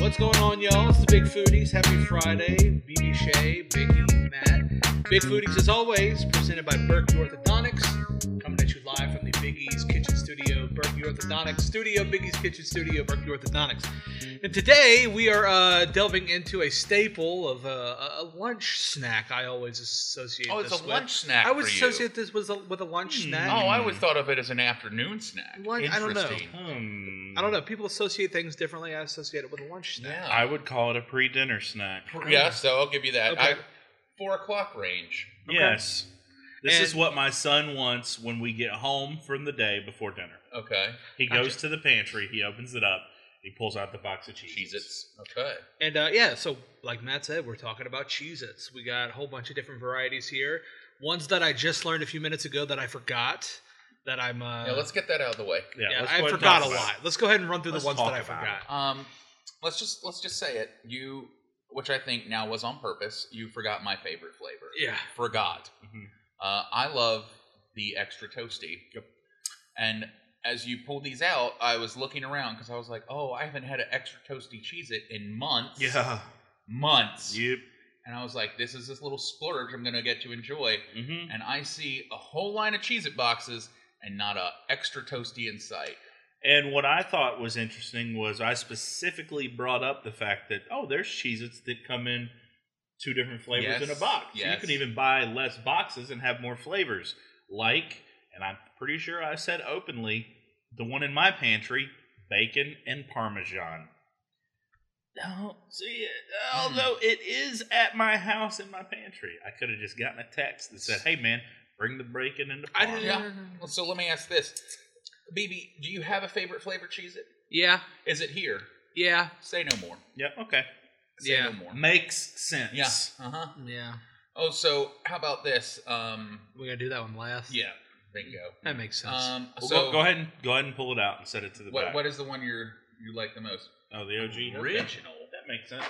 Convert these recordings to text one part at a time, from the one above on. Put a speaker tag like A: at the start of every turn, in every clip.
A: What's going on, y'all? It's the Big Foodies. Happy Friday. BB Shea, Biggie, Matt. Big Foodies, as always, presented by Berkey Orthodontics. Coming at you live from the Biggie's Kitchen Studio, Berkey Orthodontics Studio, Biggie's Kitchen Studio, Berkey Orthodontics. And today we are uh, delving into a staple of uh, a, a lunch snack I always associate
B: Oh, it's
A: this
B: a
A: with.
B: lunch snack
A: I would
B: for you.
A: associate this with a, with a lunch snack.
B: Oh, I always thought of it as an afternoon snack.
A: Lunch- I don't know.
B: Interesting.
C: Hmm.
A: I don't know. People associate things differently. I associate it with a lunch snack.
B: Yeah.
C: I would call it a pre-dinner snack.
B: yeah, so I'll give you that.
A: Okay.
B: I, four o'clock range.
C: Yes. This is
A: And-
C: what my son wants when we get home from the day before dinner.
B: Okay.
C: He
A: Gotcha.
C: goes to the pantry, he opens it up, he pulls out the box of cheese.
B: Cheez Its. Okay.
A: And uh, yeah, so like Matt said, we're talking about Cheez Its. We got a whole bunch of different varieties here. Ones that I just learned a few minutes ago that I forgot that I'm. Uh,
B: Now let's get that out of the way.
C: Yeah,
A: yeah,
C: let's go
A: I
C: ahead and
A: forgot a
C: talk about
A: lot. Let's go ahead and run through
C: Let's
A: the ones
C: talk
A: that I
C: about
A: forgot.
B: Um, let's just let's just say it. You, which I think now was on purpose. You forgot my favorite flavor.
A: Yeah.
B: Forgot.
C: Mhm.
B: Uh, I love the extra toasty.
C: Yep.
B: And as you pulled these out, I was looking around because I was like, "Oh, I haven't had an extra toasty Cheez It in months."
C: it. Yeah.
B: Months.
C: Mm-hmm. Yep.
B: And I was like, "This is this little splurge I'm gonna get to enjoy."
C: Mm-hmm.
B: and I see a whole line of Cheez It boxes and not a extra toasty in sight.
C: And what I thought was interesting was I specifically brought up the fact that oh, there's Cheez Its that come in two different flavors
B: Yes,
C: in a box.
B: yes.
C: You can even buy less boxes and have more flavors. Like, and I'm pretty sure I said openly, the one in my pantry, bacon and parmesan. Don't see it. Although
B: Hmm.
C: it is at my house in my pantry. I could have just gotten a text that said, Hey man, bring the bacon and the
A: I
C: parmesan.
A: didn't.
B: Yeah. Well, So let me ask this. BB, do you have a favorite flavor Cheez It?
A: Yeah.
B: Is it here?
A: Yeah.
B: Say no more.
C: Yeah, okay.
B: Say
A: Yeah.
B: no more.
C: Makes sense.
B: Yeah. Uh huh.
A: Yeah.
B: Oh, so how about this? Um,
A: We gotta do that one last.
B: yeah. Bingo.
A: That makes sense.
B: Um,
C: Well,
B: so
C: go, go ahead and go ahead and pull it out and set it to the
B: What,
C: back.
B: what is the one you're you like the most?
C: oh, the OG
B: Original.
C: That makes sense.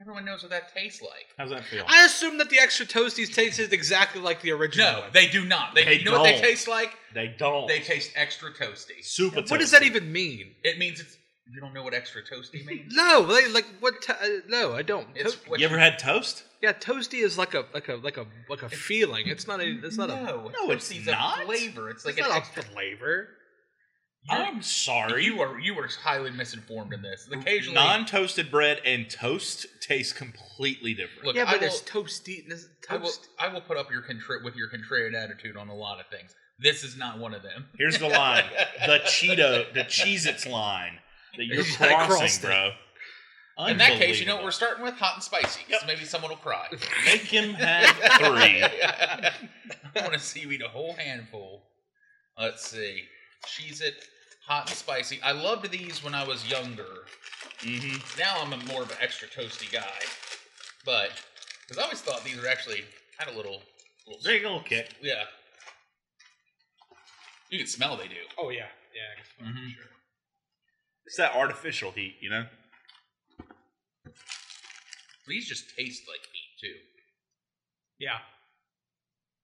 B: Everyone knows what that tastes like.
C: How's that feel?
A: I assume that the extra toasties tasted exactly like the original.
B: No,
A: one.
B: they do not. They,
C: They
B: you know what they
C: don't.
B: taste like?
C: they don't.
B: They taste extra toasty.
C: super.
A: What does that even mean?
B: It means it's you don't know what extra toasty means.
A: No, they, like what? To- uh, no, I don't.
B: It's
A: To-
B: what
C: You ever had toast?
A: yeah, toasty is like a like a like a like a feeling. It's not a. It's not a.
B: no,
C: No, it's
B: toasties
C: not.
B: A flavor. It's like
A: it's
B: an
A: not
B: extra.
A: a flavor.
B: You're-
C: I'm sorry.
B: you are you are highly misinformed in this. Occasionally,
C: non-toasted bread and toast taste completely different.
B: Look,
A: yeah,
B: I
A: but
B: will-
A: it's toasty. This
B: I will,
A: toast.
B: I will put up your contra- with your contrarian attitude on a lot of things. This is not one of them.
C: here's the line: the Cheeto, the Cheez-Its line that you're
A: I crossed
C: crossing, bro.
B: In that case, you know what we're
C: Unbelievable.
B: starting with hot and spicy. 'cause
C: Yep.
B: Maybe someone will cry.
C: make him have three.
B: I want to see you eat a whole handful. Let's see, cheese it hot and spicy. I loved these when I was younger.
C: hmm
B: now I'm a more of an extra toasty guy, but because I always thought these were actually had a little, little
C: Big old kick.
B: yeah. You can smell they do.
A: Oh yeah, yeah.
B: Mhm.
A: Sure.
C: It's that artificial heat, you know.
B: These just taste like meat too.
A: Yeah.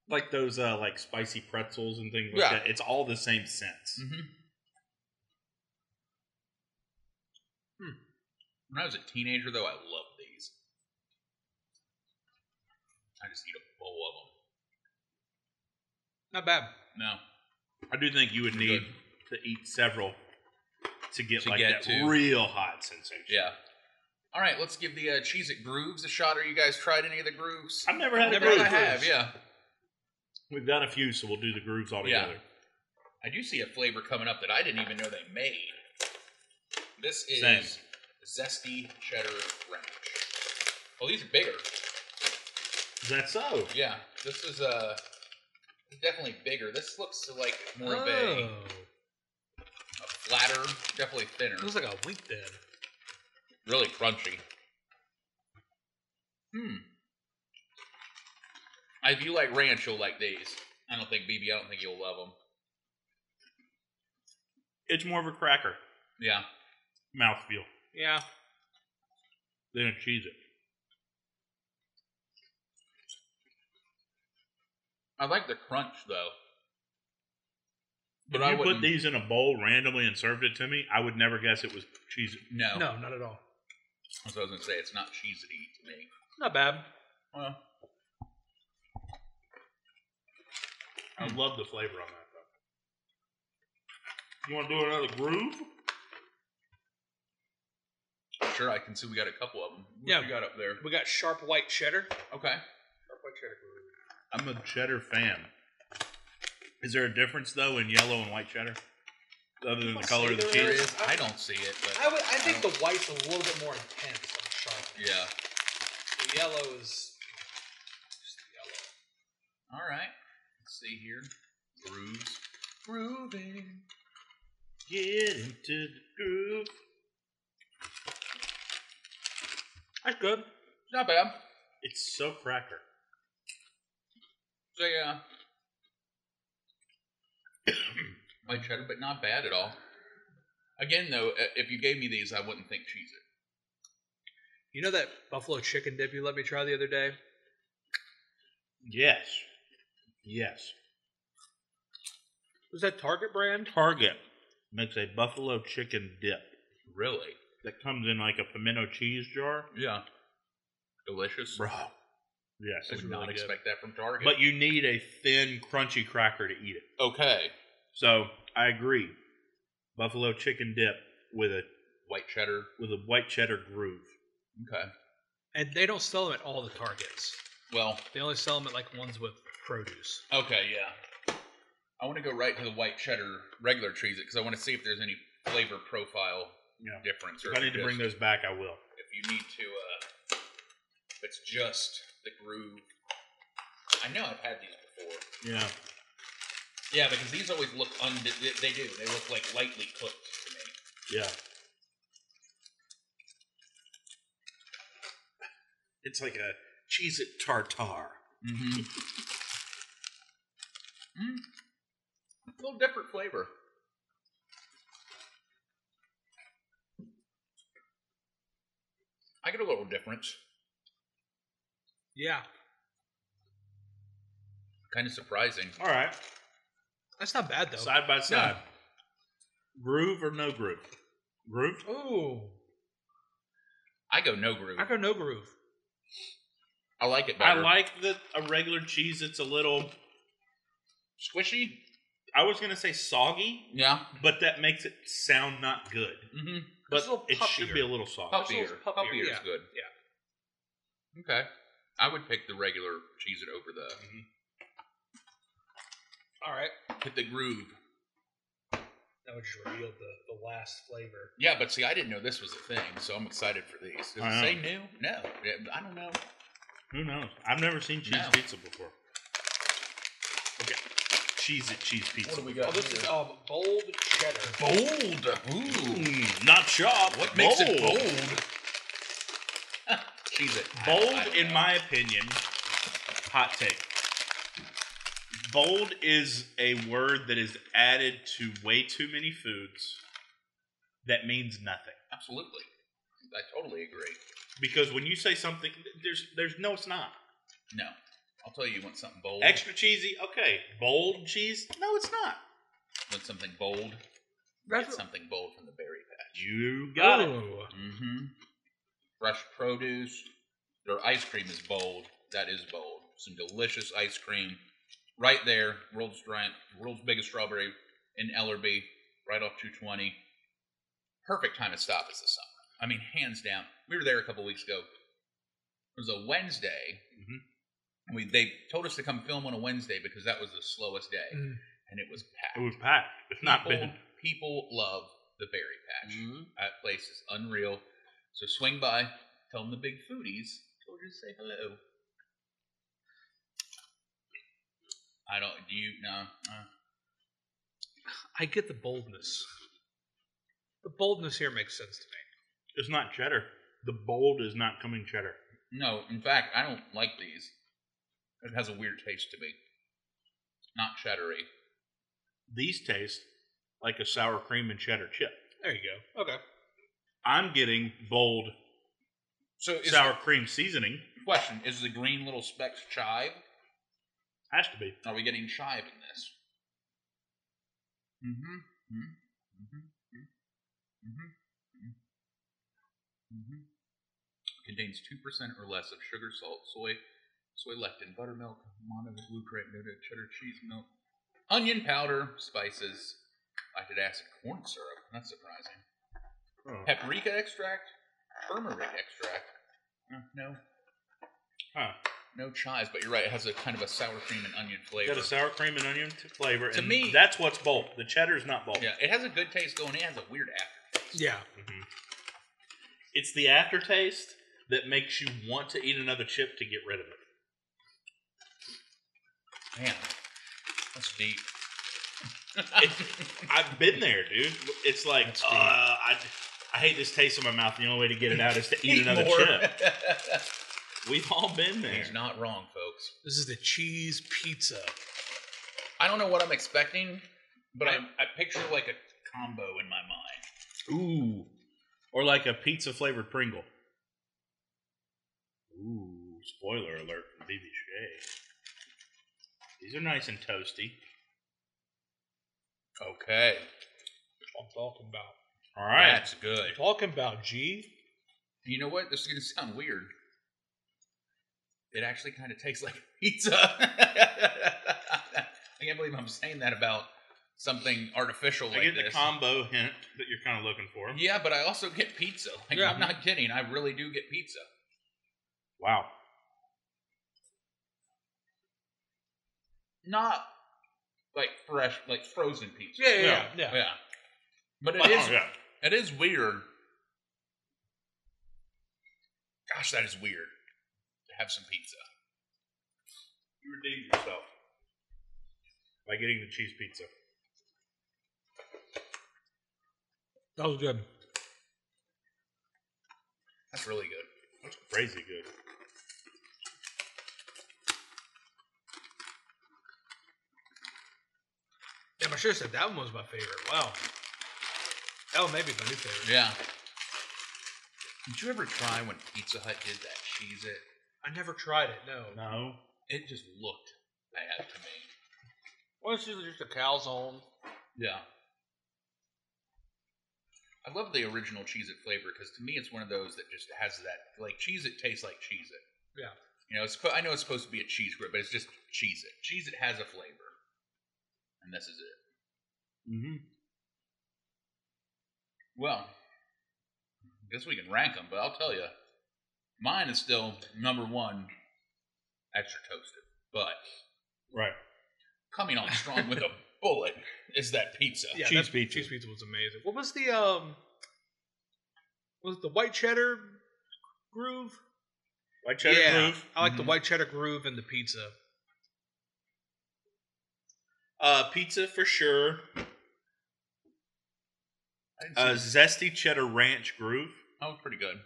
C: like those uh like spicy pretzels and things like
B: Yeah.
C: that. It's all the same sense.
B: Mm-hmm. Hmm. When I was a teenager, though, I loved these. I just eat a bowl of them.
A: Not bad.
B: No,
C: I do think you would
B: Mm-hmm. Pretty
C: need to eat several to get
B: To
C: like
B: get
C: that
B: to-
C: real hot sensation.
B: yeah. All right, let's give the uh, cheese at grooves a shot. Are you guys tried any of the grooves?
C: I've never had
B: Never
C: a
B: had
C: groove.
B: I have, yeah.
C: We've got a few, so we'll do the grooves all
B: Yeah.
C: together.
B: I do see a flavor coming up that I didn't even know they made. This is
C: Same.
B: zesty cheddar ranch. Oh, these are bigger.
C: Is that so?
B: Yeah, this is uh definitely bigger. This looks like more
A: Oh.
B: of a,
C: Oh.
B: a flatter, definitely thinner,
A: looks like a wheat then.
B: really crunchy. Hmm. If you like ranch, you'll like these. I don't think BB. I don't think you'll love them.
C: It's more of a cracker
B: Yeah.
C: mouthfeel
A: Yeah.
C: than a cheese it.
B: I like the crunch though. But
C: if
B: I
C: you put
B: wouldn't-
C: these in a bowl randomly and served it to me, I would never guess it was cheese.
B: No.
A: No, not at all.
B: That's what I was going to say. It's not cheesy to eat to me.
A: Not bad.
B: Well,
C: I
B: Mm.
C: love the flavor on that though. You want to do another groove?
B: sure, I can see we got a couple of them. What
A: Yeah.
B: you got up there?
A: We got sharp white cheddar.
B: Okay.
A: Sharp white cheddar.
C: I'm a cheddar fan. Is there a difference though in yellow and white cheddar, other than the color of the
B: There
C: cheese?
B: is. I don't see it, but
A: I, would, I think the white's a little bit more intense than the sharp.
B: Oh. yeah.
A: The yellow is just yellow.
B: All right. Let's see here. Grooves. Grooving.
C: Get into the groove.
A: That's good.
B: Not bad.
C: It's so cracker.
B: So yeah. White cheddar, but not bad at all. Again, though, i- if you gave me these, I wouldn't think cheese it.
A: You know that buffalo chicken dip you let me try the other day?
C: Yes. Yes.
A: Was that Target brand?
C: Target makes a buffalo chicken dip
B: Really?
C: that comes in like a pimento cheese jar.
B: Yeah. Delicious.
C: Bro. Yes.
B: I
C: it's
B: would not
C: really good.
B: expect that from Target.
C: But you need a thin, crunchy cracker to eat it.
B: okay,
C: So I agree. Buffalo chicken dip with a
B: white cheddar.
C: with a white cheddar groove.
B: Okay.
A: And they don't sell them at all the Targets.
B: Well,
A: They only sell them at like ones with produce.
B: okay, yeah. I want to go right to the white cheddar regular cheese because I want to see if there's any flavor profile
C: Yeah.
B: difference.
C: If I need to bring
B: the
C: those back, I will.
B: If you need to, uh, if it's just the groove. I know I've had these before.
C: Yeah.
B: Yeah, because these always look und. They, they do. They look like lightly cooked to me.
C: Yeah. It's like a cheese it tartar.
B: Mm-hmm. Mm. A little different flavor. I get a little difference.
A: Yeah,
B: Kind of surprising.
C: All right.
A: that's not bad though.
C: Side by side. Groove or no groove? Groove?
A: Ooh,
B: I go no groove.
A: I go no groove.
B: I like it
C: I
B: better.
C: like the a regular cheese that's a little
B: squishy.
C: I was gonna say soggy,
B: Yeah.
C: but that makes it sound not good.
B: Mm-hmm.
C: But
A: It's a little
C: it should
A: puffier. Oh,
C: be a little soft.
B: Puff
A: little
B: ear.
A: puff
B: Puff
A: ear,
B: ear is
A: yeah.
B: good. Yeah. Okay. I would pick the regular cheese it over the
A: All right.
B: hit the groove.
A: That would just reveal the, the last flavor.
B: Yeah, but see, I didn't know this was a thing, so I'm excited for these. Does
C: I
B: it
C: know.
B: say new? No. Yeah, I don't know.
C: Who knows? I've never seen cheese
B: No.
C: pizza before. Okay. Cheese it cheese
B: What
C: pizza.
B: do we got?
A: Oh, this is um, bold cheddar.
B: bold. Ooh.
C: Mm, not chopped.
B: What makes it
C: bold?
B: bold? Cheese it.
C: Bold, in my opinion, hot take. Bold is a word that is added to way too many foods that means nothing.
B: Absolutely. I totally agree.
C: Because when you say something, there's there's no, it's not.
B: No. I'll tell you, you want something bold.
C: Extra cheesy, okay. Bold cheese, no, it's not.
B: Want something bold? Get
A: That's
B: something bold from the berry patch.
C: You got it.
A: Ooh.
B: Mm-hmm. Fresh produce. Their ice cream is bold. That is bold. Some delicious ice cream. Right there, world's giant, world's biggest strawberry in Ellerby, right off 220. Perfect time to stop is the summer. I mean, hands down. We were there a couple weeks ago. It was a Wednesday.
C: Mhm.
B: And we, they told us to come film on a Wednesday because that was the slowest day.
A: Mhm.
B: And it was packed.
C: It was packed. It's not
B: people,
C: been. Mm-hmm.
B: people love the berry patch. That place is unreal. So swing by, tell them the big foodies told you to say hello. I don't. Do you? No. Uh,
A: I get the boldness. The boldness here makes sense to me.
C: It's not cheddar. The bold is not coming cheddar.
B: no. In fact, I don't like these. It has a weird taste to me. Not cheddary.
C: These taste like a sour cream and cheddar chip.
A: There you go. Okay.
C: I'm getting bold
B: So is
C: sour cream seasoning.
B: question is the green little specks chive?
C: Has to be.
B: Are we getting chive in this? Mm-hmm. Mm-hmm. Mm-hmm. Contains two percent or less of sugar, salt, soy, soy lectin, buttermilk, mono glucarate, noted cheddar cheese milk, onion powder, spices, lactic acid, corn syrup. That's surprising. Oh. Paprika extract, turmeric extract. Uh, no,
C: Huh.
B: no chives, but you're right. It has a kind of a sour cream and onion flavor.
C: Got a sour cream and onion t- flavor.
B: To
C: and
B: me-
C: that's what's bulk. The cheddar's not bulk.
B: Yeah, it has a good taste going. It has a weird aftertaste.
A: Yeah.
C: Mhm. It's the aftertaste that makes you want to eat another chip to get rid of it.
B: Man, that's deep.
C: It's- I've been there, dude. It's like
B: That's
C: uh,
B: deep.
C: I, I hate this taste in my mouth. The only way to get it out is to eat another chip. We've all been there.
B: He's not wrong, folks.
A: This is the cheese pizza.
B: I don't know what I'm expecting, but I, I picture like a combo in my mind.
C: Ooh, or like a pizza flavored Pringle. Ooh, spoiler alert for BB Shea. These are nice and toasty.
B: Okay,
A: I'm talking about.
C: All right.
B: that's good.
A: Talking about G.
B: You know what? This is gonna sound weird. It actually kind of tastes like pizza. I can't believe I'm saying that about something artificial
C: I
B: like
C: get the
B: this.
C: combo hint that you're kind of looking for.
B: yeah, but I also get pizza. Like,
A: Yeah.
B: I'm not kidding. I really do get pizza.
C: Wow.
B: Not like fresh, like frozen pizza.
A: Yeah, yeah, yeah, yeah. Oh,
B: yeah. But it
C: Wow,
B: is
C: Oh, yeah.
B: It is weird. Gosh, that is weird. To have some pizza.
C: You redeemed yourself by getting the cheese pizza.
A: That was good.
B: That's really good.
C: That's crazy good.
A: Damn, I should have said that one was my favorite. Wow. That one may be my new favorite.
B: Yeah. Did you ever try when Pizza Hut did that cheese it?
A: I never tried it, no.
C: No.
B: It just looked bad to me.
A: Well, it's usually just a calzone.
B: Yeah. I love the original Cheez It flavor because to me it's one of those that just has that like Cheez It tastes like Cheez It.
A: Yeah.
B: You know, it's I know it's supposed to be a cheese grip, but it's just Cheez It. Cheez It has a flavor. And this is it.
C: Mm-hmm.
B: Well, guess we can rank them, but I'll tell you, mine is still number one, extra toasted. But
C: Right.
B: coming on strong with a bullet is that pizza.
A: Yeah,
C: Cheese
A: that-
C: pizza.
A: Cheese pizza was amazing. What was the um? Was it the white cheddar groove?
C: Like cheddar
A: yeah,
C: groove. Mm-hmm.
A: I like the
B: Mhm.
A: white cheddar groove and the pizza.
C: Uh, pizza for sure.
B: I didn't see-
C: Uh, zesty cheddar ranch groove.
B: that was pretty good.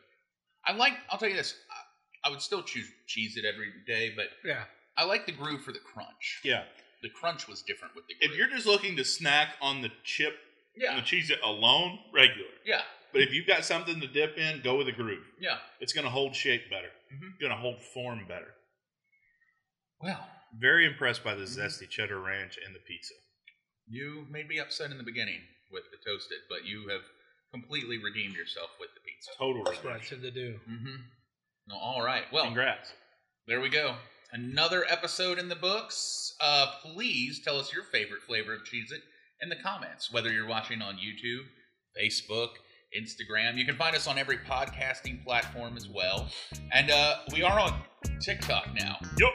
B: I like. I'll tell you this. I, I would still choose cheese it every day, but
A: Yeah,
B: I like the groove for the crunch.
C: Yeah.
B: The crunch was different with the
C: If
B: groove.
C: you're just looking to snack on the chip, on
B: yeah,
C: the cheese it alone, regular.
B: yeah,
C: But if you've got something to dip in, go with a groove.
B: yeah.
C: It's going to hold shape better.
B: Mhm.
A: Mm-hmm.
C: Going to hold form better.
B: Well,
C: Very impressed by the
A: Mm-hmm.
B: Mhm.
C: zesty cheddar ranch and the pizza.
B: you made me upset in the beginning with the toasted, but you have completely redeemed yourself with the pizza.
C: Total
A: that's what I
C: ranch.
A: tend to do.
B: Mm-hmm. No, all right. Well,
C: Congrats.
B: there we go. Another episode in the books. Uh, please tell us your favorite flavor of Cheez It in the comments, whether you're watching on YouTube, Facebook, Instagram. You can find us on every podcasting platform as well. And uh, we are on TikTok now.
C: Yup.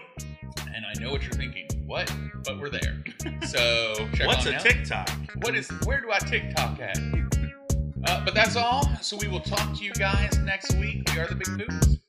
B: And I know what you're thinking. What? But we're there. So check
C: What's
B: on
C: a
B: out.
C: TikTok?
B: What is? Where do I TikTok at? Uh, but that's all. So we will talk to you guys next week. We are the Big Boots.